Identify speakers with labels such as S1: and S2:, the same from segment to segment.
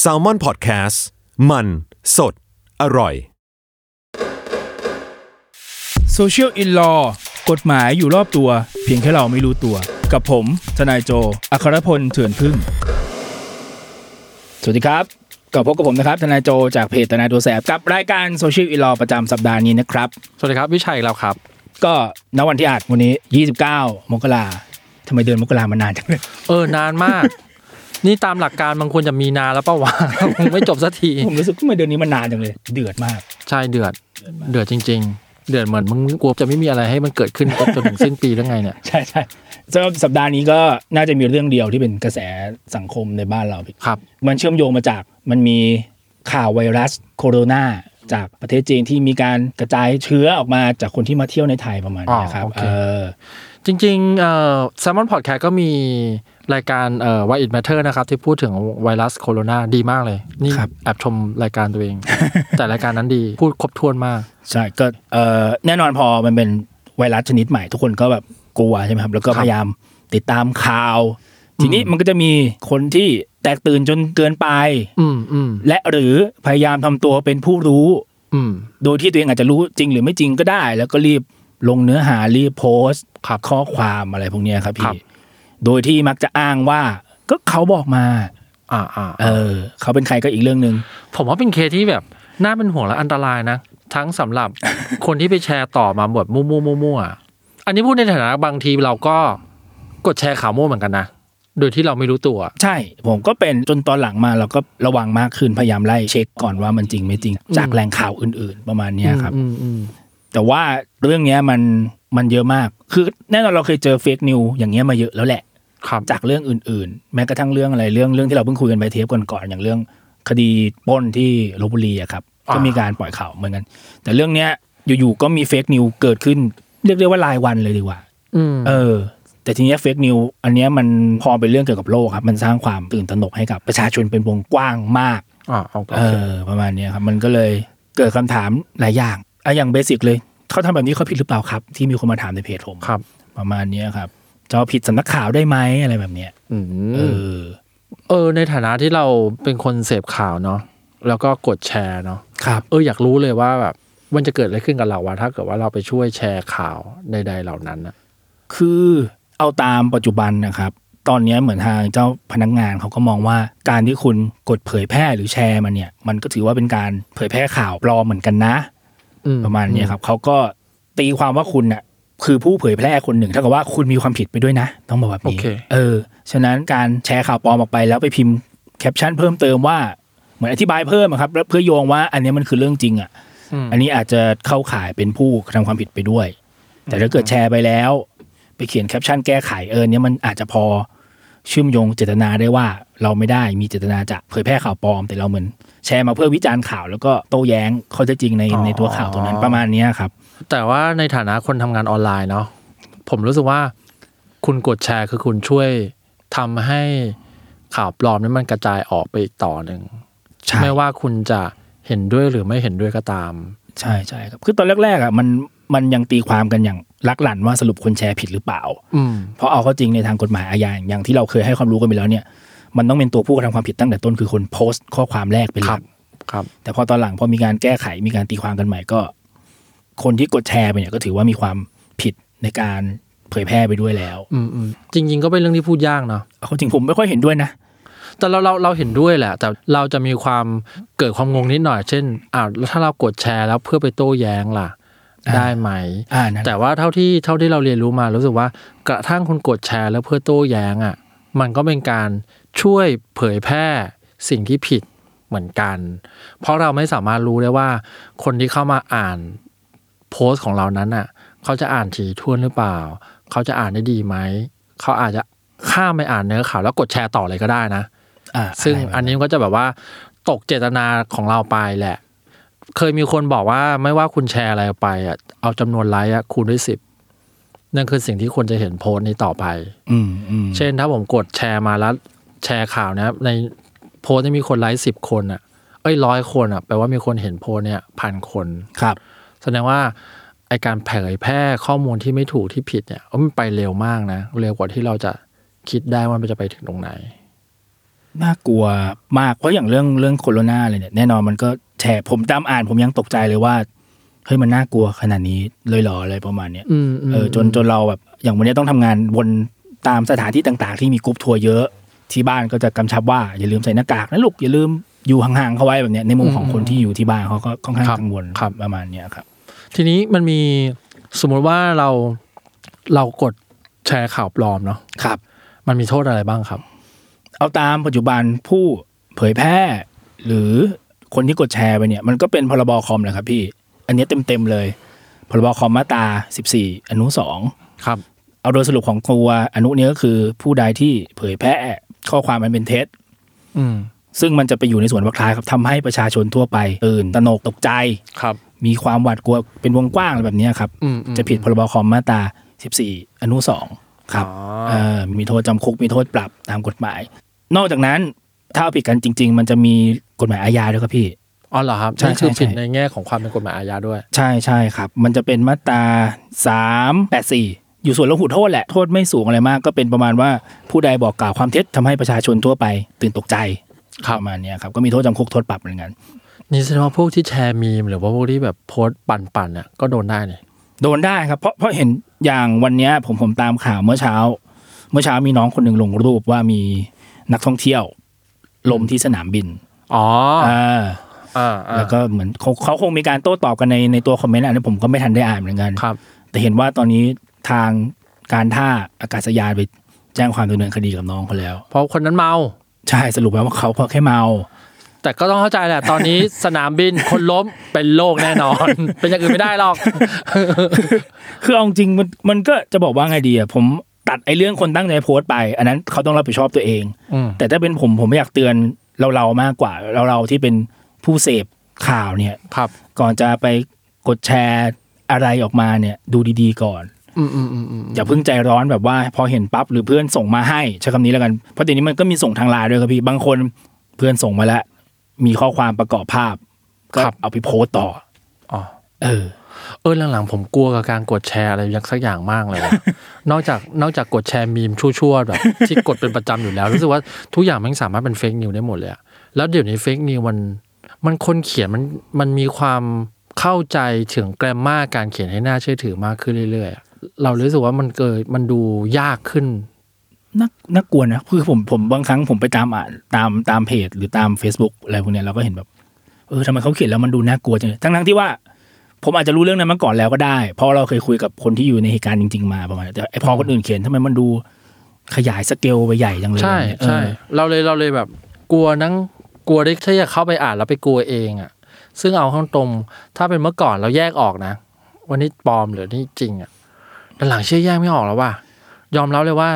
S1: แซลมอนพอดแคสต์มันสดอร่อย
S2: Social in Law กฎหมายอยู่รอบตัว เพียงแค่เราไม่รู้ตัว กับผมทนายโจ อัครพลเถื่อนพึ่ง สวัสดีครับกลับพบกับผมนะครับ ทนายโจจากเพจทนายตัวแสบกับรายการ Social in Law ประจำสัปดาห์นี้นะครับ
S3: สวัสดีครับ วิชัยแล้วครับ
S2: ก็ณวันที่อัดวันนี้ 29 มกราทำไมเดือนมกรามานานจัง เลย
S3: เออนานมาก นี่ตามหลักการมันควรจะมีนานแล้วเป้าวะ คงไม่จบสักที
S2: ผมรู้สึกว่าเดือนนี้มันนานจังเลย เดือดมาก
S3: ใช่เดือด เดือดจริง ๆ เดือดเหมือนมึงกลัวจะไม่มีอะไรให้มันเกิดขึ้น จนถึงสิ้นปีแล้วไงเนี่ย
S2: ใช่ใช่สำหรับสัปดาห์นี้ก็น่าจะมีเรื่องเดียวที่เป็นกระแสสังคมในบ้านเราพี่
S3: ครับ
S2: มันเชื่อมโยงมาจากมันมีข่าวไวรัสโคโรนาจากประเทศจีนที่มีการกระจายเชื้อออกมาจากคนที่มาเที่ยวในไทยประมาณนี้นะครับ
S3: อ๋อโอเค
S2: เออ
S3: จริงๆเอ่อแซมมอนพอดแคสก็มีรายการเอ่อ Why It Matter นะครับที่พูดถึงไวรัสโคโรนาดีมากเลย นี่แอบชมรายการตัวเอง แต่รายการนั้นดีพูดครบถ้วนมาก
S2: ใช่ก็เออแน่นอนพอมันเป็นไวรัสชนิดใหม่ ทุกคนก็แบบกลัวใช่ไหมครับ แล้วก็
S3: ครั
S2: พ
S3: บ
S2: ยายามติดตามข่าว ทีนี้มันก็จะมีคนที่แตกตื่นจนเกินไป
S3: อืมอืม
S2: และหรือพยายามทำตัวเป็นผู้รู้
S3: อืม
S2: โดยที่ตัวเองอาจจะรู้จริงหรือไม่จริงก็ได้ แล้วก็รีบลงเนื้อหารีบโพสต์
S3: ครับ
S2: ข้อความอะไรพวกเนี้ยครับ
S3: ครั
S2: พี่
S3: บ
S2: โดยที่มักจะอ้างว่าก็เขาบอกมา
S3: อ่าอ่า
S2: เออ เขาเป็นใครก็อีกเรื่องหนึ่ง
S3: ผมว่าเป็นเคสที่แบบน่าเป็นห่วงและอันตรายนะ ทั้งสำหรับ คนที่ไปแชร์ต่อมาแบบมั่วๆมั่วๆอ่ะอันนี้พูดในฐานะบางทีเราก็กดแชร์ข่าวมั่วเหมือนกันนะ โดยที่เราไม่รู้ตัว
S2: ใช่ ผมก็เป็นจนตอนหลังมาเราก็ระวังมากขึ้นพยายามไล่เช็คก่อนว่ามันจริงไม่จริง จากแหล่งข่าวอื่น ๆ ประมาณเนี้ยครับ
S3: อืมอืม
S2: แต่ว่าเรื่องเนี้ยมันมันเยอะมาก คือแน่นอนเราเคยเจอเฟกนิวอย่างเงี้ยมาเยอะแล้วแหละ
S3: ครับ
S2: จากเรื่องอื่นๆ แม้กระทั่งเรื่องอะไรเรื่องเรื่องที่เราเพิ่งคุยกันไปเทปก่อนๆอย่างเรื่องคดีปล้นที่ลบบุรีอะครับ
S3: อ่า
S2: ก็มีการปล่อยข่าวเหมือนกัน แต่เรื่องเนี้ยอยู่ๆก็มีเฟกนิวเกิดขึ้น เรียกได้ว่ารายวันเลยดีกว่า
S3: อืม
S2: เออ แต่ทีเนี้เฟกนิวอันเนี้ยมันพอเป็นเรื่องเกี่ยวกับโลกครับ มันสร้างความตื่นตระหนกให้กับประชาชนเป็นวงกว้างมาก
S3: อ่าโอเค
S2: เออ ประมาณเนี้ยครับ มันก็เลยเกิดคำถามหลายอย่างอะอย่างเบสิกเลยเขาทำแบบนี้เขาผิดหรือเปล่าครับ ที่มีคนมาถามในเพจผม
S3: ครับ
S2: ประมาณเนี้ยครับจะเอาผิดสำนักข่าวได้ไหมอะไรแบบเนี้ย
S3: อื
S2: เอ
S3: ม
S2: อ
S3: เออ ในฐานะที่เราเป็นคนเสพข่าวเนาะแล้วก็กดแชร์เนาะ
S2: ครับ
S3: เอออยากรู้เลยว่าแบบมันจะเกิดอะไรขึ้นกับเราวะถ้าเกิดว่าเราไปช่วยแชร์ข่าวใดๆเหล่านั้นนะ
S2: คือเอาตามปัจจุบันนะครับ ตอนนี้เหมือนทางเจ้าพนักงานเขาก็มองว่าการที่คุณกดเผยแพร่หรือแชร์มันเนี่ย มันก็ถือว่าเป็นการเผยแพร่ข่าวปลอมเหมือนกันนะ
S3: อื
S2: ประมาณเนี้ยครับเขาก็ตีความว่าคุณน่ะคือผู้เผยแพร่คนหนึ่งเท่ากับว่าคุณมีความผิดไปด้วยนะ ต้องบอกแบบนี้
S3: โอเค
S2: เออฉะนั้นการแชร์ข่าวปลอมออกไปแล้วไปพิมพ์แคปชั่นเพิ่มเติมว่าเหมือนอธิบายเพิ่มอะครับแล้วเพื่อโยงว่าอันเนี้ยมันคือเรื่องจริงอ่ะ
S3: อืม
S2: อันนี้อาจจะเข้าข่ายเป็นผู้กระทำความผิดไปด้วย แต่ถ้าเกิดแชร์ไปแล้ว ไปเขียนแคปชั่นแก้ไขเออเนี่ยมันอาจจะพอเชื่อมโยงเจตนาได้ว่า เราไม่ได้มีเจตนาจะเผยแพร่ข่าวปลอม แต่เราเหมือนแชร์มาเพื่อวิจารณ์ข่าว แล้วก็โต้แย้งข้อเท็จจริงใน
S3: อ๋อ
S2: ในตัวข่าวตัวนั้นประมาณเนี้ยครับ
S3: แต่ว่าในฐานะคนทำงานออนไลน์เนาะผมรู้สึกว่าคุณกดแชร์คือคุณช่วยทำให้ข่าวปลอมนั้นมันกระจายออกไปอีกต่อหนึ่ง
S2: ใช่
S3: ไม่ว่าคุณจะเห็นด้วยหรือไม่เห็นด้วยก็ตาม
S2: ใช่ใช่ครับคือตอนแรกๆอ่ะมันมันยังตีความกันอย่างลักหลั่นว่าสรุปคนแชร์ผิดหรือเปล่า
S3: อืม
S2: เพราะเอาเข้าจริงในทางกฎหมายอาญาอย่างที่เราเคยให้ความรู้กันไปแล้วเนี่ยมันต้องเป็นตัวผู้กระทำความผิดตั้งแต่ต้นคือคนโพสต์ข้อความแรกเป็นห
S3: ค
S2: ลั
S3: รั
S2: ก
S3: บ ครับ
S2: แต่พอตอนหลังพอมีการแก้ไขมีการตีความกันใหม่ก็ คนที่กดแชร์ไปเนี่ยก็ถือว่ามีความผิดในการเผยแพร่ไปด้วยแล้ว
S3: อืมอืมจริง ๆ ก็เป็นเรื่องที่พูดยากเนาะ
S2: เอาเข้าจริงผมไม่ค่อยเห็นด้วยนะ
S3: แต่เราเราเราเห็นด้วยแหละ แต่เราจะมีความเกิดความงงนิดหน่อย เช่นอ้าวแล้วถ้าเรากดแชร์แล้วเพื่อไปโต้แย้งล่ะ
S2: อ่า
S3: ได้ไหม
S2: อ่านั่น
S3: แต่ว่าเท่าที่เท่าที่เราเรียนรู้มารู้สึกว่ากระทั่งคนกดแชร์แล้วเพื่อโต้แย้งอ่ะมันก็เป็นการช่วยเผยแพร่สิ่งที่ผิดเหมือนกัน เพราะเราไม่สามารถรู้ได้ว่า คนที่เข้ามาอ่านโพสต์ของเรานั้นอ่ะ เขาจะอ่านถี่ถ้วนหรือเปล่า เขาจะอ่านได้ดีไหม เขาอาจจะข้ามไปอ่านเนื้อข่าวแล้วกดแชร์ต่อเลยก็ได้นะ
S2: อ่า
S3: ซึ่ง
S2: ะไรแบบ
S3: อันนี้มันก็จะแบบว่าตกเจตนาของเราไปแหละ เคยมีคนบอกว่าไม่ว่าคุณแชร์อะไรไปอ่ะเอาจำนวนไลค์อ่ะคูณด้วยสิบนั่นคือสิ่งที่ควรจะเห็นโพสต์นี้ต่อไป
S2: อืมอืม
S3: เช่นถ้าผมกดแชร์มาแล้วแชร์ข่าวนะในโพสต์ที่มีคนไลค์สิบคนอ่ะ เอ้ยร้อยคนอ่ะแปลว่ามีคนเห็นโพสต์เนี่ยพันคน
S2: ครับ
S3: แสดงว่าไอการเผยแพร่ข้อมูลที่ไม่ถูกที่ผิดเนี่ยเอ้ยมันไปเร็วมากนะ เร็วกว่าที่เราจะคิดได้ว่ามันจะไปถึงตรงไหน
S2: น่ากลัวมากเพราะอย่างเรื่องเรื่องโคโรนาเลยเนี่ยแน่นอนมันก็แฉผมตามอ่านผมยังตกใจเลยว่าเฮ้ยมันน่ากลัวขนาดนี้เลยเหรออะไรประมาณเนี้ย
S3: อืมม
S2: เออจนจนเราแบบอย่างวันนี้ต้องทำงานวนตามสถานที่ต่างๆ ที่มีกรุ๊ปทัวร์เยอะที่บ้านก็จะกำชับว่าอย่าลืมใส่หน้ากากนะลูกอย่าลืมอยู่ห่างๆเขาไว้แบบเนี้ยในมุมของคนที่อยู่ที่บ้านเขาก็ค่อนข้างกังวลประมาณเนี้ยครับ
S3: ทีนี้มันมีสมมติว่าเราเรากดแชร์ข่าวปลอมเนาะ
S2: ครับ
S3: มันมีโทษอะไรบ้างครับ
S2: เอาตามปัจจุบันผู้เผยแพร่ หรือคนที่กดแชร์ไปเนี่ย มันก็เป็นพรบคอมแหละครับพี่ อันเนี้ยเต็มๆเลย พรบคอมมาตรา14 อนุ 2
S3: ครับ
S2: เอาโดยสรุปของตัวอนุเนี้ยก็คือผู้ใดที่เผยแพร่ข้อความมันเป็นเท็จ
S3: อืม
S2: ซึ่งมันจะไปอยู่ในส่วนวักท้ายครับทำให้ประชาชนทั่วไปตื่นตระหนกตกใจ
S3: ครับ
S2: มีความหวาดกลัวเป็นวงกว้างอะไรแบบเนี้ยครับ
S3: อืมอืม
S2: จะผิดพรบคอมมาตรา14 อนุ 2 ครับ
S3: อ๋อ
S2: เอ่อมีโทษจำคุกมีโทษปรับตามกฎหมาย นอกจากนั้น ถ้าเอาผิดกันจริง ๆ มันจะมีกฎหมายอาญาด้วยครับพี่
S3: อ๋อเหรอครับ
S2: ใช่
S3: นั่นคือ
S2: ใช่ใช่
S3: ผิดในแง่ของความเป็นกฎหมายอาญาด้วย
S2: ใช่ใช่ครับ มันจะเป็นมาตรา384 อยู่ส่วนลงหูโทษแหละ โทษไม่สูงอะไรมาก ก็เป็นประมาณว่าผู้ใดบอกกล่าวความเท็จทำให้ประชาชนทั่วไปตื่นตกใจ
S3: ครับ
S2: ประมาณเนี้ยครับก็มีโทษจำคุกโทษปรับเหมือนกัน
S3: นี่แสดงว่าพวกที่แชร์มีม หรือว่าพวกที่แบบโพสต์ปั่นๆเนี่ยก็โดนได้เนี่ย
S2: โดนได้ครับเพราะเพราะเห็นอย่างวันเนี้ยผมผมตามข่าวเมื่อเช้า เมื่อเช้ามีน้องคนหนึ่งลงรูปว่ามีนักท่องเที่ยว ลมที่สนามบิน
S3: อ๋อ
S2: อ่า
S3: อ่าอ่า
S2: แล้วก็เหมือนเขาเขาคงมีการโต้ตอบกันในในตัวคอมเมนต์อันนี้ผมก็ไม่ทันได้อ่านเหมือนกัน
S3: ครับ
S2: แต่เห็นว่าตอนนี้ทางการท่าอากาศยานไปแจ้งความดำเนินคดีกับน้องเขาแล้ว
S3: เพราะคนนั้นเมา
S2: ใช่สรุปแล้วว่าเขาเพราะแค่เมา
S3: แต่ก็ต้องเข้าใจแหละ ตอนนี้ สนามบินคนล้มเป็นโรคแน่นอน เป็นอย่างอื่นไม่ได้หรอก
S2: คือเอาจริงมันมันก็จะบอกว่าไงดีอะผมตัดไอ้เรื่องคนตั้งใจโพสต์ไป อันนั้นเขาต้องรับผิดชอบตัวเอง
S3: อืม
S2: แต่ถ้าเป็นผมผมอยากเตือนเราเราๆมากกว่า เราเราๆที่เป็นผู้เสพข่าวเนี่ย
S3: ครับ
S2: ก่อนจะไปกดแชร์อะไรออกมาเนี่ยดูดีๆก่อน
S3: อืมอืมอืมอืม
S2: อย่าเพิ่งใจร้อนแบบว่า พอเห็นปั๊บหรือเพื่อนส่งมาให้ใช้คำนี้แล้วกันเพราะเดี๋ยวนี้มันก็มีส่งทางไลน์ด้วยครับพี่บางคนเพื่อนส่งมาแล้ว มีข้อความประกอบภาพก็เอาไปโพสต์ต่อ
S3: อ๋อ
S2: เออ
S3: เออหลังๆผมกลัวกับการกดแชร์อะไรอย่างสักอย่างมากเลยว่ะ นอกจากนอกจากกดแชร์มีมชั่วๆแบบ ที่กดเป็นประจำอยู่แล้วรู้สึกว่าทุกอย่างมันสามารถเป็นเฟกนิวได้หมดเลยอะแล้วเดี๋ยวนี้เฟกนิวมันมันคนเขียนมันมันมีความเข้าใจถึงแกรมมาการเขียนให้น่าเชื่อถือมากขึ้นเรื่อยๆอะเรารู้สึกว่ามันเกิดมันดูยากขึ้น
S2: น่าน่ากลัวนะคือผมผมบางครั้งผมไปตามอ่านตามตามเพจหรือตาม Facebook อะไรพวกเนี้ยเราก็เห็นแบบเออทำไมเขาเขียนแล้วมันดูน่ากลัวจังเลยทั้งทั้งที่ว่า ผมอาจจะรู้เรื่องนั้นมาก่อนแล้วก็ได้ เพราะเราเคยคุยกับคนที่อยู่ในเหตุการณ์จริง ๆ มาประมาณนั้นแต่ไอพอคนอื่นเขียนทำไมมันดูขยายสเกลไปใหญ่จังเลย
S3: ใช่
S2: เนี่ย
S3: ใช่
S2: เออ
S3: เราเลยเราเลยแบบกลัวนั่งกลัวได้ถ้าจะเข้าไปอ่านแล้วไปกลัวเองอ่ะ ซึ่งเอาข้างตรงถ้าเป็นเมื่อก่อนเราแยกออกนะวันนี้ปลอมหรือนี่จริงอ่ะแต่หลังเชื่อแยกไม่ออกแล้วว่ะยอมรับเลยว่า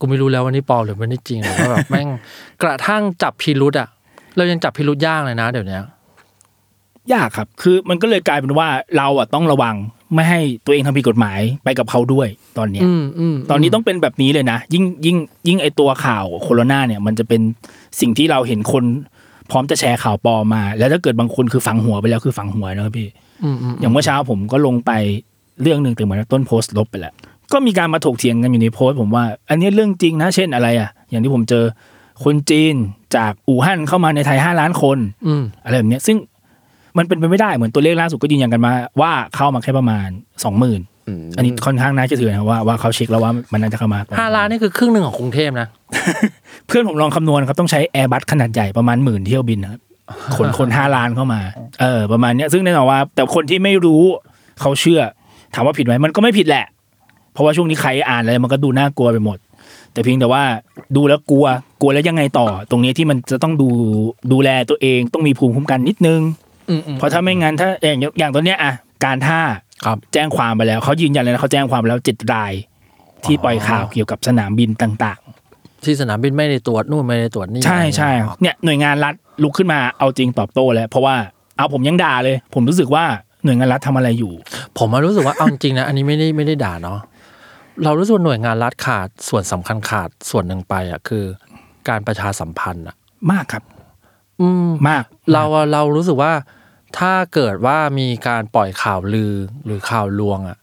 S3: กูไม่รู้แล้ววันนี้ปลอมหรือวันนี้จริงหรือว่าแบบ แม่งกระทั่งจับพิรุษอ่ะ เรายังจับพิรุษยากเลยนะเดี๋ยวเนี้ย
S2: ยากครับ คือมันก็เลยกลายเป็นว่าเราอ่ะต้องระวังไม่ให้ตัวเองทำผิดกฎหมายไปกับเขาด้วยตอนเนี้ย
S3: อืมอืม
S2: ตอนนี้ต้องเป็นแบบนี้เลยนะ ยิ่งยิ่งยิ่งไอตัวข่าวโคโรนาเนี่ยมันจะเป็นสิ่งที่เราเห็นคนพร้อมจะแชร์ข่าวปลอมมา แล้วถ้าเกิดบางคนคือฝังหัวไปแล้วคือฝังหัวนะครับพี่
S3: อืมอืม
S2: อย่างเมื่อเช้าผมก็ลงไปเรื่องหนึ่งแต่เหมือนต้นโพสต์ลบไปแล้ว ก็มีการมาถกเถียงกันอยู่ในโพสต์ผมว่า อันนี้เรื่องจริงนะ เช่นอะไรอ่ะ อย่างที่ผมเจอคนจีนจากอู่ฮั่นเข้ามาในไทยห้าล้านคน
S3: อืม
S2: อะไรแบบเนี้ยซึ่งมันเป็นไปไม่ได้เหมือนตัวเลขล่าสุดก็ยืนยันกันมาว่าเข้ามาแค่ประมาณสองหมื่นอันนี้ค่อนข้างน่าเชื่อถือนะว่าว่าเขาเช็คแล้วว่ามันน่าจะเข้ามาประมณ
S3: ห้าล้านนี่คือครึ่งหนึ่งของกรุงเทพนะ
S2: เพื่อนผมลองคำนวณครับ ต้องใช้แอร์บัสขนาดใหญ่ประมาณหมื่นเที่ยวบินนะครับขนคนห้าล้านเข้ามา เออ ประมาณเนี้ยซึ่งแน่นอนว่า แต่คนที่ไม่รู้เขาเชื่อ ถามว่าผิดไหมมันก็ไม่ผิดแหละ เพราะว่าช่วงนี้ใครอ่านอะไรมันก็ดูน่ากลัวไปหมด แต่เพียงแต่ว่าดูแล้วกลัวกลัวแล้วยังไงต่อ ตรงนี้ที่มันจะต้องดูดูแลตัวเองต้องมีภูมิคุ้มกันนิดนึง
S3: อืมอืม
S2: เพราะถ้าไม่งั้นถ้าอย่างอย่างตัวเนี้ยอะการท่า
S3: ครับ
S2: แจ้งความไปแล้วเขายืนยันเลยนะเขาแจ้งความไปแล้วเจ็ดราย ที่ปล่อยข่าวเกี่ยวกับสนามบินต่าง ๆ
S3: ที่สนามบินไม่ได้ตรวจนู่นไม่ได้ตรวจนี่
S2: ใช่ใช่ครับเนี่ยหน่วยงานรัฐลุกขึ้นมาเอาจริงตอบโต้แล้ว เพราะว่าเอาผมยังด่าเลย ผมรู้สึกว่าหน่วยงานรัฐทำอะไรอยู่
S3: ผมมารู้สึกว่าเอาจริงๆนะ อันนี้ไม่ได้ไม่ได้ด่าเนาะเรารู้สึกว่าหน่วยงานรัฐขาดส่วนสำคัญขาดส่วนหนึ่งไปอ่ะคือ การประชาสัมพันธ์อ่ะ
S2: มากครับ
S3: อืม
S2: มาก
S3: เราอะเรารู้สึกว่าถ้าเกิดว่ามีการปล่อยข่าวลือหรือข่าวลวงอ่ะ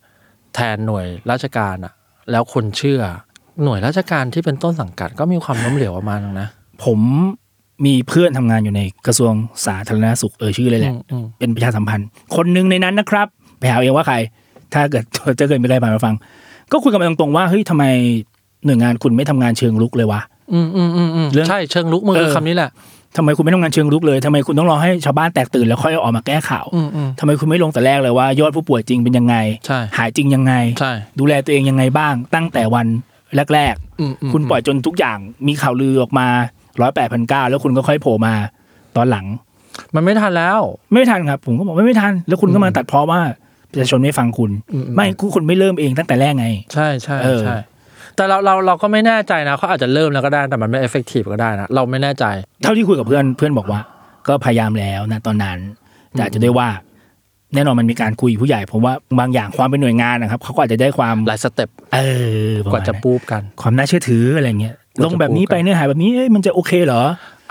S3: แทนหน่วยราชการอ่ะ แล้วคนเชื่อ หน่วยราชการที่เป็นต้นสังกัดก็มีความล้มเหลวประมาณนึงนะ
S2: ผม มีเพื่อนทำงานอยู่ในกระทรวงสาธารณสุขเออชื่อเลยแหละ
S3: อืมอืม
S2: เป็นประชาสัมพันธ์ คนหนึ่งในนั้นนะครับ ไปหาเอาเองว่าใคร ถ้าเกิด เจะเกิดไม่ได้ผ่านมาฟัง ก็คุยกันมาตรงๆว่าเฮ้ยทำไมหน่วยงานคุณไม่ทำงานเชิงลุกเลยวะ
S3: อืมอืมอืมอืม
S2: เรื่อง
S3: ใช่เชิงลุกมือ
S2: เออ
S3: คำนี้แหละ
S2: ทำไมคุณไม่ทำงานเชิงลุกเลยทำไมคุณต้องรอให้ชาวบ้านแตกตื่นแล้วค่อยเอาออกมาแก้ข่าว
S3: อืมอืม
S2: ทำไมคุณไม่ลงแต่แรกเลยว่ายอดผู้ป่วยจริงเป็นยังไง
S3: ใช่
S2: หายจริงยังไง
S3: ใช่
S2: ดูแลตัวเองยังไงบ้าง ตั้งแต่วันแรก ๆ
S3: อืมม
S2: คุณปล่อยจนทุกอย่างมีข่าวลือออกมาร้อยแปดพันเก้าแล้วคุณก็ค่อยโผล่มาตอนหลัง
S3: มันไม่ทันแล้ว
S2: ไม่ทันครับ ผมก็บอกไม่ไม่ทัน แล้วคุณก็มาตัดเพราะว่าประชาชนไม่ฟังคุณ
S3: อืมอืม
S2: ไม่คุณคุณไม่เริ่มเองตั้งแต่แรกไง
S3: ใช่ใช่
S2: เออ
S3: ใช่แต่เราเราเราก็ไม่แน่ใจนะเขาอาจจะเริ่มแล้วก็ได้แต่มันไม่เอฟเฟกตีฟก็ได้นะเราไม่แน่ใจ
S2: เท่าที่คุยกับเพื่อนเพื่อนบอกว่า ก็พยายามแล้วนะตอนนั้นแต่อาจจะด้วยว่า แน่นอนมันมีการคุยผู้ใหญ่ผมว่าบางอย่างความเป็นหน่วยงานนะครับเขาก็อาจจะได้ความ
S3: หลายสเต็ป
S2: เออก ปรม
S3: ว่า
S2: ณ
S3: จะ
S2: นั้น
S3: ปูบกัน
S2: ความน่าเชื่อถืออะไรเงี้ย
S3: กว่าจะ
S2: ลงแบบนี้
S3: พูดกัน
S2: ไปเนื้อหาแบบนี้เอ้ยมันจะโอเคเหรอ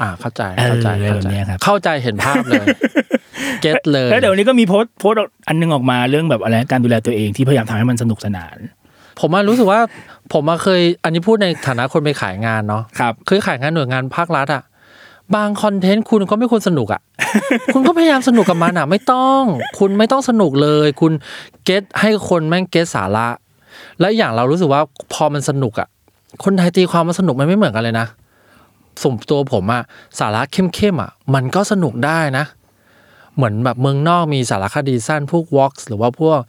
S3: อ่าเข้าใจ
S2: เออ
S3: เข้าใจ
S2: อะไร
S3: เข้า
S2: แบ
S3: ใจ
S2: บเนี้ยครับ
S3: เข้าใจเห็นภาพ เลย เก็ตเลย
S2: แล้วเดี๋ยววันนี้ก็มีโพสต์โพสต์อันนึงออกมาเรื่องแบบอะไรการดูแลตัวเองที่พยายามทำให้มันสนุกสนาน
S3: ผมมารู้สึกว่า ผมมาเคย อันนี้พูดในฐานะคนไปขายงานเนาะ
S2: ครับ
S3: เคยขายงานหน่วยงานภาครัฐอะบางคอนเทนต์คุณก็ไม่ควรสนุกอะ คุณก็พยายามสนุกกับมันอะไม่ต้อง คุณไม่ต้องสนุกเลย คุณเก็ตให้คนแม่งเก็ตสาระ และอย่างเรารู้สึกว่าพอมันสนุกอะคนไทยตีความมันสนุกมันไม่เหมือนกันเลยนะสมตัวผมอะสาระเข้มๆอะมันก็สนุกได้นะ เหมือนแบบเมืองนอกมีสารคดีสั้นพวก Vox หรือว่าพวก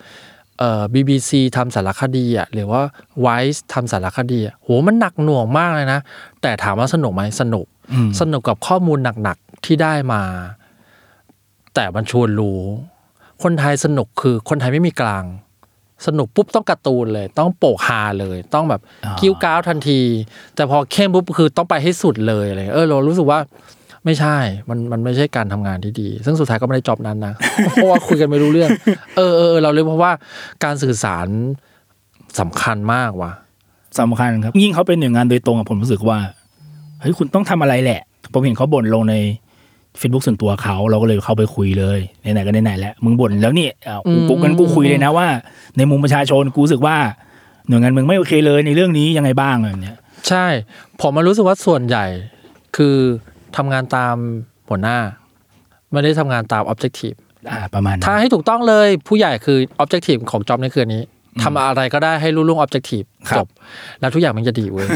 S3: เอ่อ BBC ทำสารคดีอ่ะหรือว่า Vice ทำสารคดีอ่ะโหมันหนักหน่วงมากเลยนะ แต่ถามว่าสนุกไหมสนุก
S2: อืม
S3: สนุกกับข้อมูลหนักๆ ที่ได้มา แต่มันชวนรู้ คนไทยสนุกคือคนไทยไม่มีกลาง สนุกปุ๊บต้องการ์ตูนเลย ต้องโปกฮาเลย ต้องแบบ
S2: อ่า
S3: กิ้วก้าวทันที แต่พอเข้มปุ๊บคือต้องไปให้สุดเลยอะไรเออเรารู้สึกว่า ไม่ใช่ มัน มันไม่ใช่การทำงานที่ดี ซึ่งสุดท้ายก็ไม่ได้จอบนั้นนะ เพราะว่าคุยกันไม่รู้เรื่อง เออเออเออเราเลยเพราะว่าการสื่อสารสำคัญมากว่ะ
S2: สำคัญครับ ยิ่งเขาเป็นหน่วยงานโดยตรงอะผมรู้สึกว่าเฮ้ยคุณต้องทำอะไรแหละ ผมเห็นเขาบ่นลงใน Facebook ส่วนตัวเขาเราก็เลยเข้าไปคุยเลยไหนๆก็ไหนๆแล้วมึงบ่นแล้วนี่เอา
S3: อืม
S2: ปุ๊กกันกูคุยเลยนะว่า ในมุมประชาชนกูรู้สึกว่า หน่วยงานมึงไม่โอเคเลยในเรื่องนี้ยังไงบ้างอะไรแบบเนี้ย
S3: ใช่ ผมมารู้สึกว่าส่วนใหญ่คือทำงานตามหัวหน้า ไม่ได้ทำงานตามออบเจกตีฟ
S2: อ่าประมาณ
S3: ถ้า
S2: นั้น
S3: ให้ถูกต้องเลยผู้ใหญ่คือ objective ของจอบในคืนนี้ทำอะไรก็ได้ให้รู้ล่วง objective จบ แล้วทุกอย่างมันจะดีเว้ย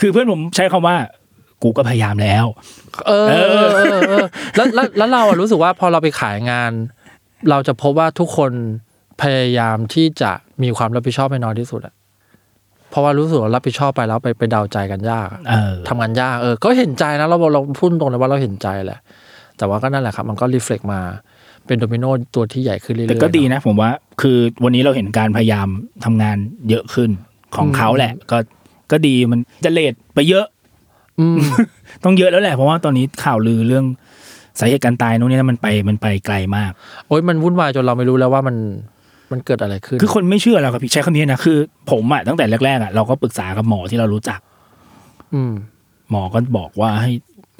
S2: คือเพื่อนผมใช้คำว่า กูก็พยายามแล้ว
S3: เออเออเออเออแล้วแล้วแล้วเราอะรู้สึกว่าพอเราไปขายงาน เราจะพบว่าทุกคนพยายามที่จะมีความรับผิดชอบให้น้อยที่สุดอะเพราะว่ารู้สึกว่ารับผิดชอบไปแล้วไปไปเดาใจกันยากอะ
S2: เออ
S3: ทำงานยากเออ ก็เห็นใจนะเราเราพูดตรงเลยว่าเราเห็นใจแหละ แต่ว่าก็นั่นแหละครับ มันก็รีเฟล็กมาเป็นโดมิโนตัวที่ใหญ่ขึ้นเรื่อยๆ
S2: แต่ก็ดี
S3: เนอะ
S2: นะผมว่าคือวันนี้เราเห็นการพยายามทำงานเยอะขึ้นของ
S3: อืม
S2: เขาแหละ ก็ก็ดีมันจะเลทไปเยอะ
S3: อืม
S2: ต้องเยอะแล้วแหละเพราะว่าตอนนี้ข่าวลือเรื่องสาเหตุการตายนู่นนี่นั่นมันไปมันไปไกลมาก
S3: โอ๊ยมันวุ่นวายจนเราไม่รู้แล้วว่ามันมันเกิดอะไรขึ้น
S2: คือคนไม่เชื่อเราครับพี่ใช้คำนี้นะคือ ผมอะตั้งแต่แรกๆอะเราก็ปรึกษากับหมอที่เรารู้จัก
S3: อืม
S2: หมอก็บอกว่าให้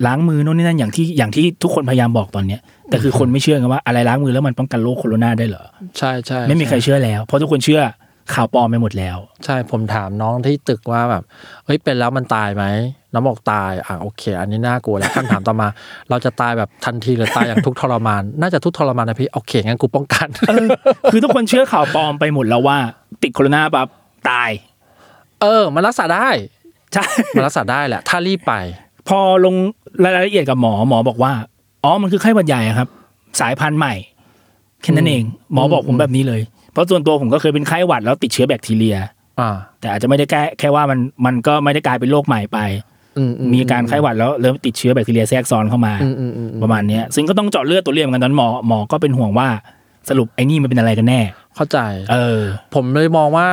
S2: ล้างมือนู่นนี่นั่นอย่างที่อย่างที่ทุกคนพยายามบอกตอนเนี้ยแต่คือคนไม่เชื่อกันว่าอะไรล้างมือแล้วมันป้องกันโรคโคโรนาได้เหรอ
S3: ใช่ใช่
S2: ไม่มีใครเชื่อแล้ว เพราะทุกคนเชื่อข่าวปลอมไปหมดแล้ว
S3: ใช่ผมถามน้องที่ตึกว่าแบบเฮ้ยเป็นแล้วมันตายไหมน้องบอกตายอ่ะโอเค อันนี้น่ากลัวแล้วคำถามต่อมา เราจะตายแบบทันทีหรือตายอย่างทุกข์ทรมาน น่าจะทุกข์ทรมานนะพี่โอเคงั้นกูป้องกัน
S2: คือทุกคนเชื่อข่าวปลอมไปหมดแล้วว่า ติดโคโรนาปั๊บตาย
S3: เออ มันรักษาได้
S2: ใช่
S3: มันรักษาได้แหละ ถ้ารีบไป
S2: พอลงรายละเอียดกับหมอหมอบอกว่า อ๋อ มันคือไข้หวัดใหญ่อะครับ สายพันธุ์ใหม่ แค่นั้นเอง หมอบอกผมแบบนี้เลย เพราะส่วนตัวผมก็เคยเป็นไข้หวัดแล้วติดเชื้อแบคทีเรีย
S3: อ่า
S2: แต่อาจจะไม่ได้แก้แค่ว่ามันมันก็ไม่ได้กลายเป็นโรคใหม่ไป
S3: อืมอื
S2: มีอาการไข้หวัดแล้วเริ่มติดเชื้อแบคทีเรียแทรกซ้อนเข้ามา
S3: อืมอืมอืม
S2: ประมาณเนี้ยซึ่งก็ต้องเจาะเลือดตัวเรียมอนกันตอนนนหมอหมอก็เป็นห่วงว่าสรุปไอ้นี่มันเป็นอะไรกันแน่
S3: เข้าใจ
S2: เออ
S3: ผมเลยมองว่า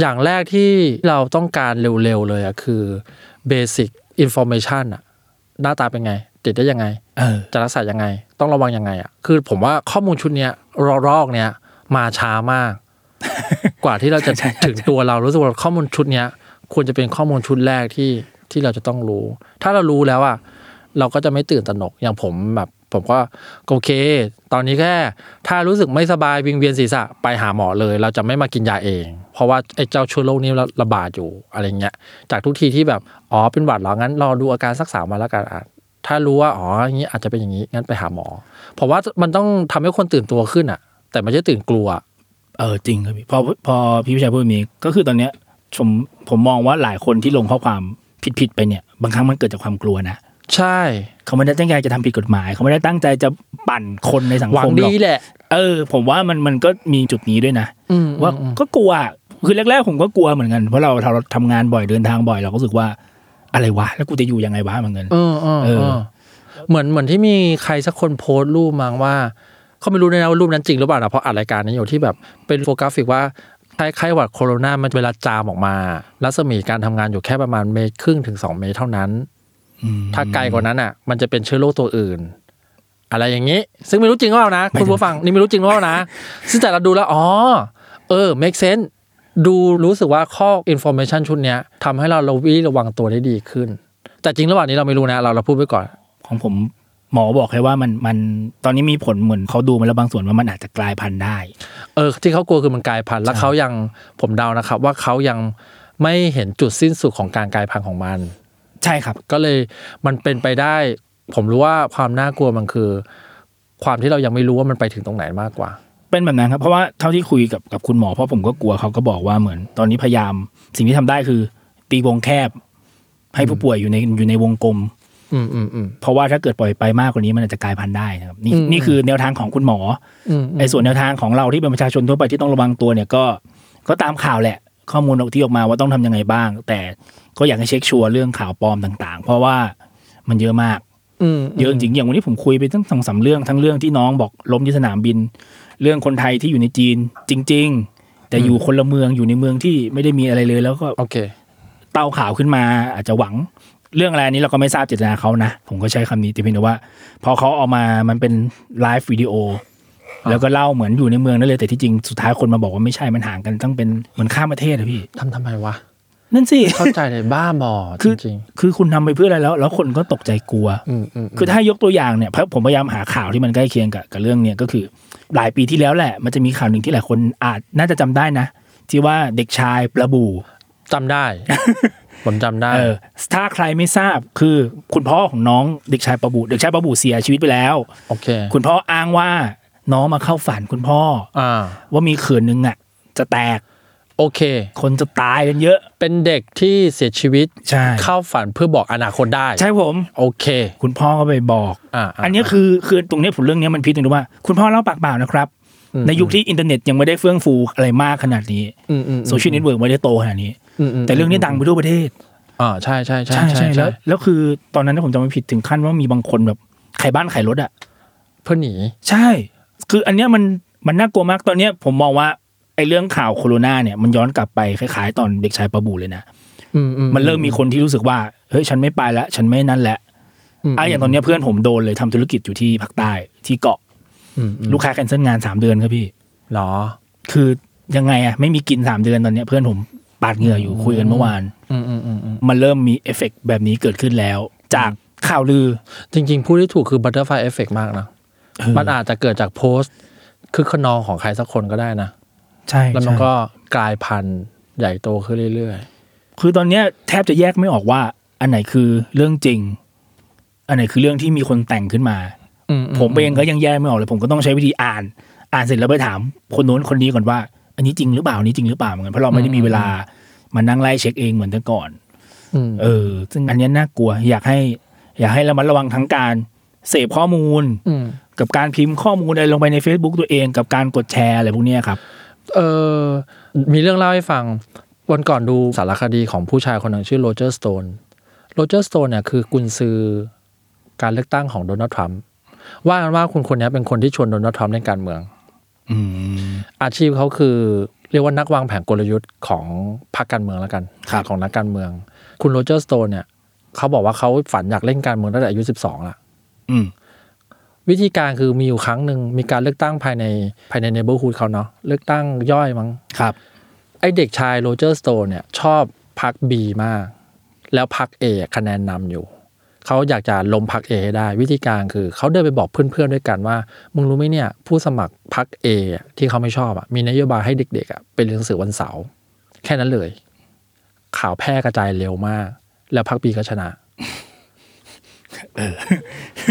S3: อย่างแรกที่เราต้องการเร็วๆเลยอะคือเบสิ c อินโฟ a t ชันอะหน้าตาเป็นไง ติดได้ยังไง
S2: เออ
S3: จะรักษายังไง ต้องระวังยังไงอะคือผมว่าข้อมูลชุดเนี้ยรอรอกเนี้ยมาช้าม าก กว่าที่เราจะถึงตัวเรารู้สึกว่าข้อมูลชุดเนี้ย ควรจะเป็นข้อมูลชุดแรกที่ที่เราจะต้องรู้ ถ้าเรารู้แล้วอะเราก็จะไม่ตื่นตระหนกอย่างผมแบบ ผมก็โอเค ตอนนี้แค่ ถ้ารู้สึกไม่สบายวิงเวียนศีรษะไปหาหมอเลย เราจะไม่มากินยาเอง เพราะว่าไอ้เจ้าเชื้อโรคนี้ระบาดอยู่อะไรเงี้ย จากทุกทีที่แบบอ๋อเป็นหวัดเหรองั้นรอดูอาการสักสามวันแล้วกันอ่ะ ถ้ารู้ว่าอ๋ออย่างนี้อาจจะเป็นอย่างนี้งั้นไปหาหมอผมว่ามันต้องทำให้คนตื่นตัวขึ้นอ่ะ แต่ไม่ใช่ตื่นกลัว
S2: เออจริงครับพี่พอพอพี่วิชัยพูดแบบนี้ก็คือตอนเนี้ยผมผมมองว่าหลายคนที่ลงข้อความผิดๆไปเนี่ย บางครั้งมันเกิดจากความกลัวนะ
S3: ใช่
S2: เขาไม่ได้ตั้งใจจะทำผิดกฎหมาย เขาไม่ได้ตั้งใจจะปั่นคนในสัง
S3: หวั
S2: ค
S3: ง
S2: มหรอ
S3: ดี
S2: ก
S3: แหละ
S2: เออ ผมว่ามันมันก็มีจุดนี้ด้วยนะ
S3: อืม
S2: ว่าก็กลัวคือแรกๆผมก็กลัวเหมือนกันเพราะเราเราทำงานบ่อยเดินทางบ่อยเราก็รู้สึกว่าอะไรวะแล้วกูจะอยู่ยังไงวะเหมือนกัน
S3: เออเออเอ
S2: เอ
S3: อ
S2: อ
S3: เหมือนเหมือนที่มีใครสักคนโพสต์รูปมั้งว่าเขาไม่รู้เลยนะว่ารูปนั้นจริงหรือเปล่านะเพราะอัดรายการนี้อยู่ที่แบบเป็นโฟกัสฟิกว่าไข้ไข้หวัดโคโรนามันเวลาจามออกมารัศมีการทำงานอยู่แค่ประมาณเมตรครึ่งถึงสองเมตรเท่านั้น
S2: อืม
S3: ถ้าไกลกว่านั้นอ่ะ มันจะเป็นเชื้อโรคตัวอื่น อะไรอย่างนี้ ซึ่งไม่รู้จริงหรือเปล่านะ คุณผู้ฟังนี่ไม่รู้จริงหรือเปล่ านะ ซึ่งแต่เราดูแล้ว อ๋อ เออ make sense ดูรู้สึกว่าข้อ information ชุดเนี้ยทำให้เราระวิระวังตัวได้ดีขึ้น แต่จริงระหว่างนี้เราไม่รู้นะ เราเราพูดไว้ก่อน
S2: ของผมหมอบอกให้ว่ามันมันตอนนี้มีผลเหมือนเขาดูมาแล้วบางส่วนว่ามันอาจจะกลายพันธุ์ได้
S3: เออ ที่เขากลัวคือมันกลายพันธุ์แล้วเขายังผมเดานะครับ ว่าเขายังไม่เห็นจุดสิ้นสุดของการกลายพันธุ์ของมัน
S2: ใช่ครับ
S3: ก็เลยมันเป็นไปได้ ผมรู้ว่าความน่ากลัวมันคือ ความที่เรายังไม่รู้ว่ามันไปถึงตรงไหนมากกว่า
S2: เป็นแบบนั้นครับ เพราะว่าเท่าที่คุยกับกับคุณหมอเพราะผมก็กลัวเขาก็บอกว่าเหมือน ตอนนี้พยายามสิ่งที่ทำได้คือ ตีวงแคบ ให้ผู้ป่วยอยู่ในอยู่ในวงกลม
S3: อืมอืมอืม
S2: เพราะว่าถ้าเกิดปล่อยไปมากกว่านี้มันอาจจะกลายพันธุ์ได้นะครับนี่
S3: อืม
S2: นี่คือแนวทางของคุณหมอ
S3: อืม
S2: ไอ้ส่วนแนวทางของเราที่เป็นประชาชนทั่วไปที่ต้องระวังตัวเนี่ยก็ก็ตามข่าวแหละ ข้อมูลที่ออกมาว่าต้องทำยังไงบ้าง แต่ก็อยากให้เช็คชัวร์เรื่องข่าวปลอมต่าง ๆ เพราะว่ามันเยอะมาก
S3: อืม
S2: เยอะจริงๆอย่างวันนี้ผมคุยไปตั้งสองสามเรื่องทั้งเรื่องที่น้องบอกล้มที่สนามบิน เรื่องคนไทยที่อยู่ในจีนจริง ๆ แต่อยู่คนละเมืองอยู่ในเมืองที่ไม่ได้มีอะไรเลย แล้วก็
S3: โอเค
S2: เตาข่าวขึ้นมาอาจจะหวัง เรื่องอะไรอันนี้เราก็ไม่ทราบเจตนาเขานะ ผมก็ใช้คำนี้แต่เพียงแต่ว่า พอเขาเออกมามันเป็นไลฟ์วิดีโอ แล้วก็เล่าเหมือนอยู่ในเมืองนั่นเลยแต่ที่จริงสุดท้ายคนมาบอกว่าไม่ใช่มันห่างกันต้องเป็นเหมือนข้ามประเทศอะพี่
S3: ทำทำไมวะ
S2: นั่นสิ
S3: เข้าใจเลยบ้าบอจ
S2: คือ
S3: ริง
S2: คือคุณทำไปเพื่ออะไรแล้ว แล้วคนก็ตกใจกลัว
S3: ๆอืมอืม
S2: คือถ้ายกตัวอย่างเนี่ยเพราะผมพยายามหาข่าวที่มันใกล้เคียงกับกับเรื่องเนี่ยก็คือ หลายปีที่แล้วแหละ มันจะมีข่าวหนึ่งที่หลายคนอาจน่าจะจำได้นะ ที่ว่าเด็กชายประบู
S3: จำได้ ผมจำได้
S2: เออถ้าใครไม่ทราบคือคุณพ่อของน้องเด็กชายประบูเด็กชายประบูเสียชีวิตไปแล้ว
S3: โอเค
S2: คุณพ่ออ้างว่าน้องมาเข้าฝันคุณพ่อ
S3: อ่า
S2: ว่ามีเขื่อนหนึงอ่ะ จะแตก
S3: โอเค
S2: คนจะตายกันเยอะ
S3: เป็นเด็กที่เสียชีวิต
S2: ใช่
S3: เข้าฝันเพื่อบอกอนาคตได้
S2: ใช่ผม
S3: โอเค
S2: คุณพ่อก็ไปบอก
S3: อ่าา
S2: อันเนี้ยคือคือตรงเนี้ยผมเรื่องเนี้ยมันพิจารณาว่า คุณพ่อเล่าปากเปล่านะครับ ในยุคที่อินเทอร์เน็ตยังไม่ได้เฟื่องฟูอะไรมากขนาดนี้
S3: อืมอืม
S2: โซเชียลเน็ตเวิร์กไม่ได้โตขนาดนี้
S3: อืมม
S2: แต่เรื่องนี้ดังไปทั่วประเทศ
S3: อ่าใช่ใช่ใช่ใช่
S2: แล้ว
S3: ใช่
S2: แล้วคือตอนนั้นถ้าผมจำไม่ผิดถึงขั้นว่ามีบางคนแบบขายบ้านขายรถอ่ะ
S3: เพื่อหนี
S2: ใช่ คืออันเนี้ยมันมันน่ากลัวมากตอนเนี้ยผมมองว่าไอ้เรื่องข่าวโคโรนาเนี่ยมันย้อนกลับไปคล้ายๆ ตอนเด็กชายประบูเลยนะ
S3: อืมอืม
S2: มันเริ่มมีคนที่รู้สึกว่าเฮ้ยฉันไม่ไปละฉันไม่นั่นแหละ
S3: ม
S2: อ่ะอย่างตอนเนี้ยเพื่อนผมโดนเลยทำธุรกิจอยู่ที่ภาคใต้ที่เกาะ
S3: อืมอืม
S2: ลูกค้าแคนเซิลงานสามเดือนครับพี่
S3: เหรอ
S2: คือยังไงอะไม่มีกินสามเดือนตอนเนี้ยเพื่อนผมปาดเหงื่ออยู่คุยกันเมื่อวาน
S3: อืมอืมอืมอืม
S2: มันเริ่มมีเอฟเฟกต์แบบนี้เกิดขึ้นแล้ว จากข่าวลือ
S3: จริงๆพูดที่ถูกคือบัตเตอร์ไฟเอฟเฟกมากนะ
S2: เออ
S3: มันอาจจะเกิดจากโพสต์คือขนองของใครสักคนก็ได้นะ
S2: ใช่
S3: แล้วมัน
S2: ใช่
S3: ก็กลายพันธุ์ใหญ่โตขึ้นเรื่อย
S2: คือตอนเนี้ยแทบจะแยกไม่ออกว่า อันไหนคือเรื่องจริง อันไหนคือเรื่องที่มีคนแต่งขึ้นมา
S3: ๆอื
S2: ผมเองก็ยังแยกไม่ออกเลย ผมก็ต้องใช้วิธีอ่าน อ่านเสร็จแล้วไปถามคนโน้นคนนี้ก่อนว่า อันนี้จริงหรือเปล่าอันนี้จริงหรือเปล่าเหมือนกันเพราะเราไม่ได้มีเวลามานั่งไล่เช็คเองเหมือนแต่ก่อน
S3: อืม
S2: เออ ซึ่งอันเนี้ยน่ากลัว อยากให้ อยากให้ระมัดระวังทั้งการเสพข้อมูล
S3: อืม
S2: กับการพิมพ์ข้อมูลอะไรลงไปใน Facebook ตัวเองกับการกดแชร์อะไรพวกเนี้ยครับ
S3: เออมีเรื่องเล่าให้ฟัง วันก่อนดูสารคดีของผู้ชายคนหนึ่งชื่อโรเจอร์สโตนโรเจอร์สโตนเนี่ยคือกุนซือการเลือกตั้งของโดนัลด์ทรัมป์ว่ากันว่าคุณคนนี้เป็นคนที่ชวนโดนัลด์ทรัมป์เล่นการเมือง
S2: อืม
S3: อาชีพเขาคือเรียกว่านักวางแผนกลยุทธ์ของพรรคการเมืองแล้วกัน
S2: ครับ
S3: ของนักการเมือง คุณโรเจอร์สโตนเนี่ยเขาบอกว่าเขาฝันอยากเล่นการเมืองตั้งแต่อายุ12ละ
S2: อืม
S3: วิธีการคือมีอยู่ครั้งหนึ่งมีการเลือกตั้งภายในภายในเนเบอร์ฮูดเขาเนาะเลือกตั้งย่อยมั้ง
S2: ครับ
S3: ไอเด็กชายโรเจอร์สโตนเนี่ยชอบพัก B มาก แล้วพัก A คะแนนนำอยู่ เขาอยากจะล้มพัก A ให้ได้ วิธีการคือเขาเดินไปบอกเพื่อนๆด้วยกันว่า มึงรู้ไหมเนี่ย ผู้สมัครพัก A อะที่เขาไม่ชอบอะมีนโยบายให้เด็กๆอะไปเรียนหนังสือวันเสาร์แค่นั้นเลย ข่าวแพร่กระจายเร็วมาก แล้วพัก B ก็ชนะ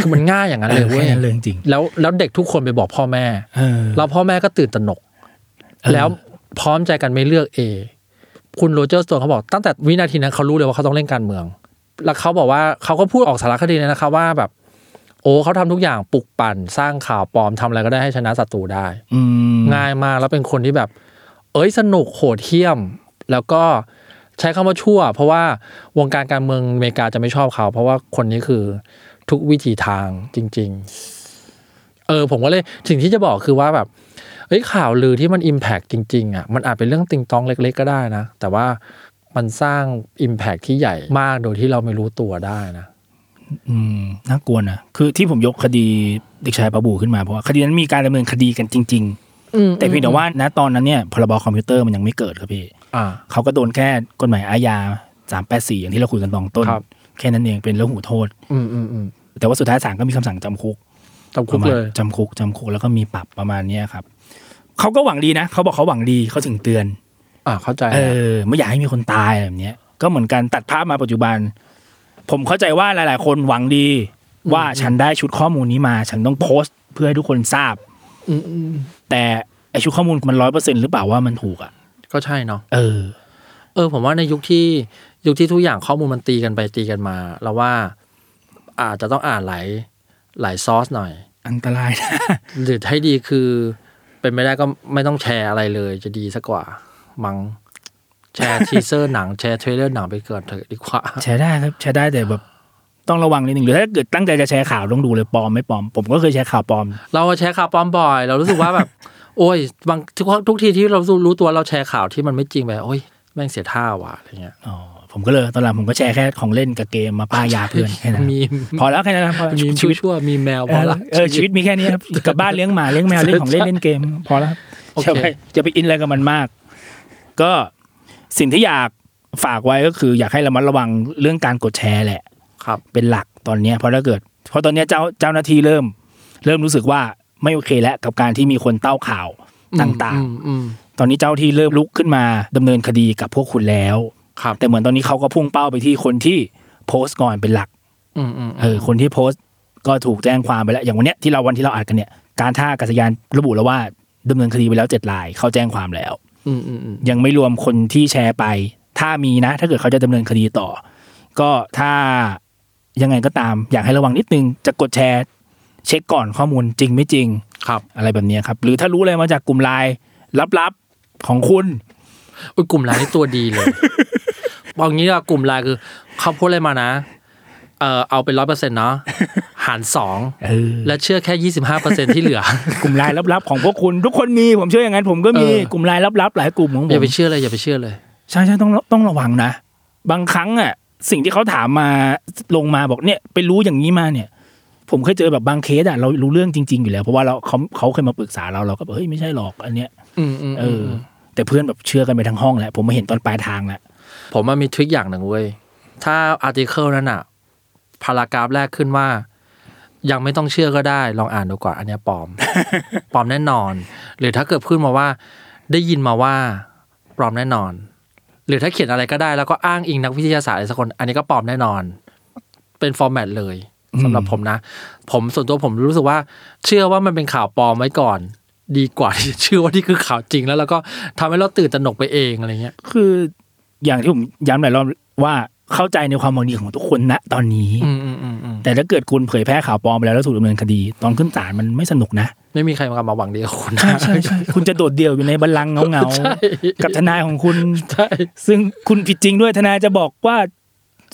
S3: คือมันง่ายอย่างนั้นเลยเว้ย
S2: แค่นั้นเลยจริง
S3: แล้วแล้วเด็กทุกคนไปบอกพ่อแม่
S2: ๆเออ
S3: แล้วพ่อแม่ก็ตื่นตระหนก
S2: เออ
S3: แล้วพร้อมใจกันไม่เลือกเอคุณโรเจอร์สโตนเขาบอกตั้งแต่วินาทีนั้นเขารู้เลยว่าเขาต้องเล่นการเมือง แล้วเขาบอกว่าเขาก็พูดออกสารคดีเลยนะครับว่าแบบ โอ้เขาทำทุกอย่างปลุกปั่นสร้างข่าวปลอมทำอะไรก็ได้ให้ชนะศัตรูได้
S2: อืม
S3: ง่ายมากแล้วเป็นคนที่แบบ เอ้ยสนุกโหดเหี้ยม แล้วก็ใช้คำว่าชั่ว เพราะว่าวงการการเมืองอเมริกาจะไม่ชอบเขา เพราะว่าคนนี้คือทุกวิถีทางจริง ๆ เออ ผมก็เลยสิ่งที่จะบอกคือว่าแบบเอ้ยข่าวลือที่มัน Impact จริง ๆ อ่ะ มันอาจเป็นเรื่องติงตองเล็ก ๆ ก็ได้นะ แต่ว่ามันสร้าง Impact ที่ใหญ่มากโดยที่เราไม่รู้ตัวได้นะ
S2: อืมน่ากลัวนะคือที่ผมยกคดีเด็กชายประบูขึ้นมาเพราะว่าคดีนั้นมีการดำเนินคดีกันจริง ๆ แต่เพียงแต่ว่าณตอนนั้นเนี่ยพรบคอมพิวเตอร์มันยังไม่เกิดครับพี่
S3: อ่า
S2: เขาก็โดนแค่กฎหมายอาญา 384 อย่างที่เราคุยกันตอนต้น
S3: ครับ
S2: แค่นั้นเองเป็นเรื่องหูโทษ
S3: อืมอืมอืม
S2: แต่ว่าสุดท้ายศาลก็มีคำสั่งจำคุก
S3: ตำคุก
S2: ประมาณ
S3: เลย
S2: จำคุกจำคุกแล้วก็มีปรับประมาณเนี้ยครับ เขาก็หวังดีนะ เขาบอกเขาหวังดีเขาถึงเตือน
S3: อ่าเข้าใจ
S2: เอ
S3: แล้ว
S2: อ ไม่อยากให้มีคนตายอะไรแบบเนี้ย ก็เหมือนกันตัดภาพมาปัจจุบัน ผมเข้าใจว่าหลาย ๆ คนหวังดี ว่าฉันได้ชุดข้อมูลนี้มา ฉันต้องโพสต์เพื่อให้ทุกคนทราบ
S3: อืมอืม
S2: แต่ไอชุดข้อมูลมันร้อยเปอร์เซ็นหรือเปล่าว่ามันถูกอ่ะ
S3: ก็ใช่เนาะ
S2: เออ
S3: เออผมว่าในยุคที่ยุคที่ทุกอย่างข้อมูลมันตีกันไปตีกันมาเราว่าอาจจะต้องอ่านหลายหลายซอสหน่อย
S2: อันตรายนะ
S3: หรือให้ดีคือ เป็นไม่ได้ก็ไม่ต้องแชร์อะไรเลย จะดีสักกว่า มังแชร์ ทีเซอร์หนังแชร์เทรลเลอร์หนังไปเกิดเถอะดีกว่า
S2: แชร์ได้ครับแชร์ได้แต่แบบต้องระวังนิดหนึ่งหรือถ้าเกิดตั้งใจจะแชร์ข่าวต้องดูเลยปลอมไม่ปลอม ผมก็เคยแชร์ข่าวปลอม
S3: เราแชร์ข่าวปลอมบ่อย เรารู้สึกว่าแบบ โอ้ยบางทุกทุกทีที่เรารู้ตัวเราแชร์ข่าวที่มันไม่จริงไปโอ้ยแม่งเสียท่าว่ะอะไรเงี้ย
S2: อ๋อผมก็เลยตอนหลังผมก็แชร์แค่ของเล่นกับเกมมาป้ายยาเพื่อนแค่นั้น
S3: มี
S2: พอแล้วแค่นั้นนะพอแล้ว
S3: มี
S2: ชีวิต
S3: ชั่วๆมีแมวพ
S2: เอ
S3: อ
S2: อ
S3: ละ
S2: เออชีวิตมีแค่นี้ครับกลับบ้านเลี้ยงหมาเลี้ยงแมวเล่นของเล่นเล่นเกม พอแล้วครับ
S3: โอเค
S2: จะไปจะไปอินอะไรกับมันมาก ก็สิ่งที่อยากฝากไว้ก็คืออยากให้ระมัดระวังเรื่องการกดแชร์แหละ
S3: ครับ
S2: เป็นหลักตอนเนี้ยเพราะถ้าเกิดเพราะตอนเนี้ยเจ้าเจ้าหน้าที่เริ่ม เริ่มรู้สึกว่าไม่โอเคแล้วกับการที่มีคนเต้าข่าวต่าง
S3: อืมอืม
S2: ๆ ตอนนี้เจ้าที่เริ่มลุกขึ้นมาดำเนินคดีกับพวกคุณแล้ว
S3: ครับ
S2: แต่เหมือนตอนนี้เขาก็พุ่งเป้าไปที่คนที่โพสต์ก่อนเป็นหลัก
S3: อืมอืม
S2: เออคนที่โพสต์ก็ถูกแจ้งความไปแล้ว อย่างวันเนี้ยที่เราวันที่เราอัดกันเนี่ยการท่าอากาศยานระบุแล้วว่าดำเนินคดีไปแล้วเจ็ดรายเขาแจ้งความแล้ว
S3: อืมอืมอืม
S2: ยังไม่รวมคนที่แชร์ไป ถ้ามีนะ ถ้าเกิดเขาจะดำเนินคดีต่อ ก็ถ้ายังไงก็ตาม อยากให้ระวังนิดนึง จะกดแชร์ เช็คก่อนข้อมูลจริงไม่จริง
S3: ครับ
S2: อะไรแบบเนี้ยครับ หรือถ้ารู้อะไรมาจากกลุ่มไลน์ลับๆของคุณ
S3: อุ้ยกลุ่มไลน์นี่ตัวดี เลย บอกงี้ดีกว่ากลุ่มไลน์คือเขาพูดอะไรมานะ เออเอาเป็นร้อยเปอร์เซ็นต์เนาะหารสอง
S2: เออ
S3: และเชื่อแค่ยี่สิบห้าเปอร์เซ็นที่เหลือ
S2: กลุ่มไลน์ลับๆของพวกคุณ ทุกคนมีผมเชื่ออย่างนั้นผมก็มี
S3: เออ
S2: กลุ่มไลน์ลับๆหลายกลุ่มของผ
S3: อย่าม ไปเชื่อเลยอย่าไปเชื่อเลย
S2: ใช่ใช่ต้องต้องระวังนะ บางครั้งอ่ะ สิ่งที่เขาถามมาลงมาบอกเนี่ย ไปรู้อย่างนี้มาเนี่ย ผมเคยเจอแบบบางเคสอ่ะเรารู้เรื่องจริง ๆ อยู่แล้วเพราะว่าเราเขาเขาเคยมาปรึกษาเราเราก็แบบเฮ้ยไม่ใช่หรอกอันเนี้ย
S3: อืมอืม
S2: เอออแต่เพื่อนแบบเชื่อกันไปทั้งห้องแหละผมมาเห็นตอนปลายทางแล้ว
S3: ผมมันมีทริคอย่างหนึ่งเว้ย ถ้าอาร์ติเคิลนั้นอะพารากราฟแรกขึ้นว่า ยังไม่ต้องเชื่อก็ได้ ลองอ่านดูก่อนอันเนี้ยปลอ ม ปลอมแน่นอน หรือถ้าเกิดพูดมาว่า ได้ยินมาว่าปลอมแน่นอน หรือถ้าเขียนอะไรก็ได้แล้วก็อ้างอิงนักวิทยาศาสตร์อะไรสักคน อันนี้ก็ปลอมแน่นอน เป็นฟอร์แมตเลยสำหรับผมนะ ผมส่วนตัวผมรู้สึกว่า เชื่อว่ามันเป็นข่าวปลอมไว้ก่อน ดีกว่าที่จะเชื่อว่านี่คือข่าวจริงแล้ว แล้วก็ทำให้เราตื่นตระหนกไปเองอะไรเงี้ย
S2: คืออย่างที่ผมย้ำหลายรอบว่าเข้าใจในความหวังดีของทุกคนณตอนนี้
S3: อืมอืมอืมอืม
S2: แต่ถ้าเกิดคุณเผยแพร่ข่าวปลอมไปแล้วแล้วถูกดำเนินคดี ตอนขึ้นศาลมันไม่สนุกนะ
S3: ไม่มีใครมากลับมาหวังดีกับคุณ
S2: ใช่ใช่ใช่คุณจะโดดเดี่ยวอยู่ในบัลลังก์เงา
S3: ใช่
S2: ๆกับทนายของคุณ
S3: ใช่
S2: ซึ่งคุณผิดจริงด้วยทนายจะบอกว่า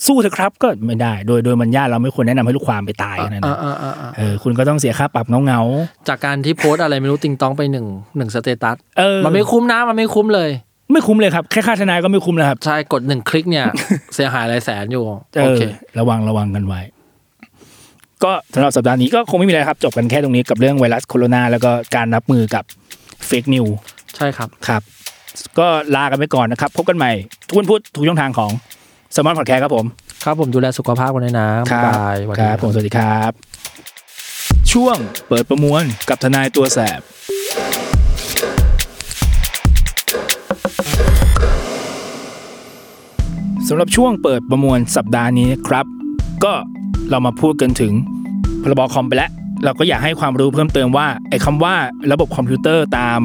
S2: สู้เถอะครับก็ไม่ได้ โดยโดยมันญาติเราไม่ควรแนะนำให้ลูกความไปตายนั่น
S3: อ่า
S2: นะ
S3: อ่าอ่าอ่า
S2: เออคุณก็ต้องเสียค่าปรับเงา
S3: จากการที่โพสต์อะไรไม่รู้ติงต้องไปหนึ่งหนึ่งสเตตัส
S2: ๆเออ
S3: มันไม่คุ้มนะ มันไม่คุ้มเลย
S2: ไม่คุ้มเลยครับแค่ค่าทนายก็ไม่คุ้มแล้วครับ
S3: ใช่ กดหนึ่งคลิกเนี่ย เสียหายหลายแสนอยู่
S2: เอ
S3: โอ
S2: อ
S3: เค
S2: ระวังระวังกันไว้ ก็สำหรับสัปดาห์นี้ก็คงไม่มีอะไรครับ จบกันแค่ตรงนี้กับเรื่องไวรัสโคโรนาแล้วก็การรับมือกับเฟกนิว
S3: ใช่ครับ
S2: ครับ ก็ลากันไปก่อนนะครับ พบกันใหม่ ทุกวันพุธทุกช่องทางของสมอนพอดแคสต์ครับผม
S3: ครับผมดูแลสุขภาพกันด้วยนะบ๊ายบายสวัส
S2: ค
S3: ดี
S2: รับผมสวัสดีครับ ช่วงเปิดประมวลกับทนายตัวแสบสำหรับช่วงเปิดประมวลสัปดาห์นี้ครับ ก็ เรามาพูดกันถึงพรบคอมไปแล้ว เราก็อยากให้ความรู้เพิ่มเติมว่าไอ้คำว่าระบบคอมพิวเตอร์ตาม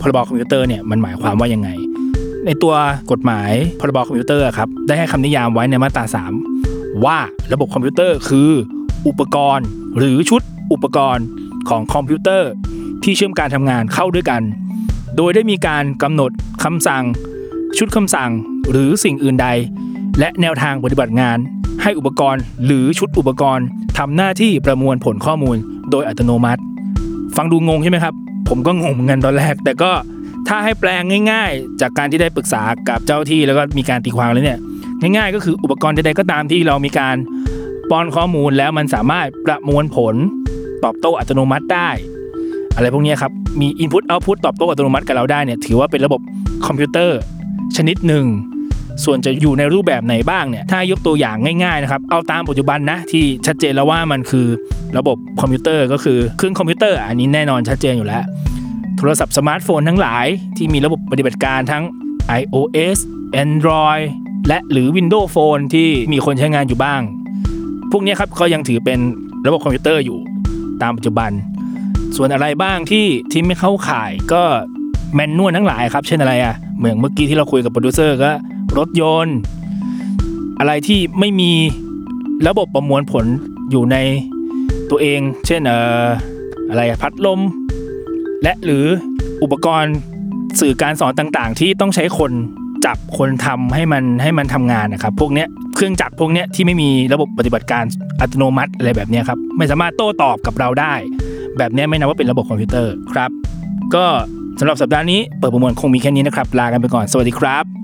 S2: พรบคอมพิวเตอร์เนี่ยมันหมายความว่ายังไง ในตัวกฎหมายพรบคอมพิวเตอร์ครับได้ให้คำนิยามไว้ในมาตรา 3 ว่าระบบคอมพิวเตอร์คือ อุปกรณ์หรือชุดอุปกรณ์ของคอมพิวเตอร์ ที่เชื่อมการทำงานเข้าด้วยกัน โดยได้มีการกำหนดคำสั่ง ชุดคำสั่งหรือสิ่งอื่นใด และแนวทางปฏิบัติงาน ให้อุปกรณ์หรือชุดอุปกรณ์ทำหน้าที่ประมวลผลข้อมูลโดยอัตโนมัติ ฟังดูงงใช่ไหมครับ ผมก็งงเหมือนกันตอนแรก แต่ก็ถ้าให้แปลงง่าย ๆ จากการที่ได้ปรึกษากับเจ้าที่แล้วก็มีการตีความแล้วเนี่ย ง่ายๆ ก็คืออุปกรณ์ใดๆก็ตามที่เรามีการป้อนข้อมูลแล้วมันสามารถประมวลผลตอบโต้อัตโนมัติได้ อะไรพวกเนี้ยครับ มี Input Output ตอบโต้อัตโนมัติกับเราได้เนี่ย ถือว่าเป็นระบบคอมพิวเตอร์ ชนิดหนึ่ง ส่วนจะอยู่ในรูปแบบไหนบ้างเนี่ย ถ้ายกตัวอย่างง่ายๆนะครับ เอาตามปัจจุบันนะ ที่ชัดเจนแล้วว่ามันคือระบบคอมพิวเตอร์ก็คือเครื่องคอมพิวเตอร์ อันนี้แน่นอนชัดเจนอยู่แล้ว โทรศัพท์สมาร์ทโฟนทั้งหลายที่มีระบบปฏิบัติการทั้ง iOS Android และหรือ Windows Phone ที่มีคนใช้งานอยู่บ้าง พวกเนี้ยครับก็ยังถือเป็นระบบคอมพิวเตอร์อยู่ตามปัจจุบัน ส่วนอะไรบ้างที่ที่ไม่เข้าข่ายก็แมนนวลทั้งหลายครับ เช่นอะไรอะ่ะเหมือนเมื่อกี้ที่เราคุยกับโปรดิวเซอร์ก็รถยนต์ อะไรที่ไม่มีระบบประมวลผลอยู่ในตัวเอง เช่นเอ่ออะไรอะพัดลม และหรืออุปกรณ์สื่อการสอนต่างๆ ที่ต้องใช้คนจับคนทำให้มันให้มันทำงานนะครับ พวกเนี้ยเครื่องจักรพวกเนี้ยที่ไม่มีระบบปฏิบัติการอัตโนมัติอะไรแบบเนี้ยครับไม่สามารถโต้ตอบกับเราได้ แบบเนี้ยไม่นับว่าเป็นระบบคอมพิวเตอร์ครับ ก็สำหรับสัปดาห์นี้เปิดประมวลคงมีแค่นี้นะครับ ลากันไปก่อน สวัสดีครับ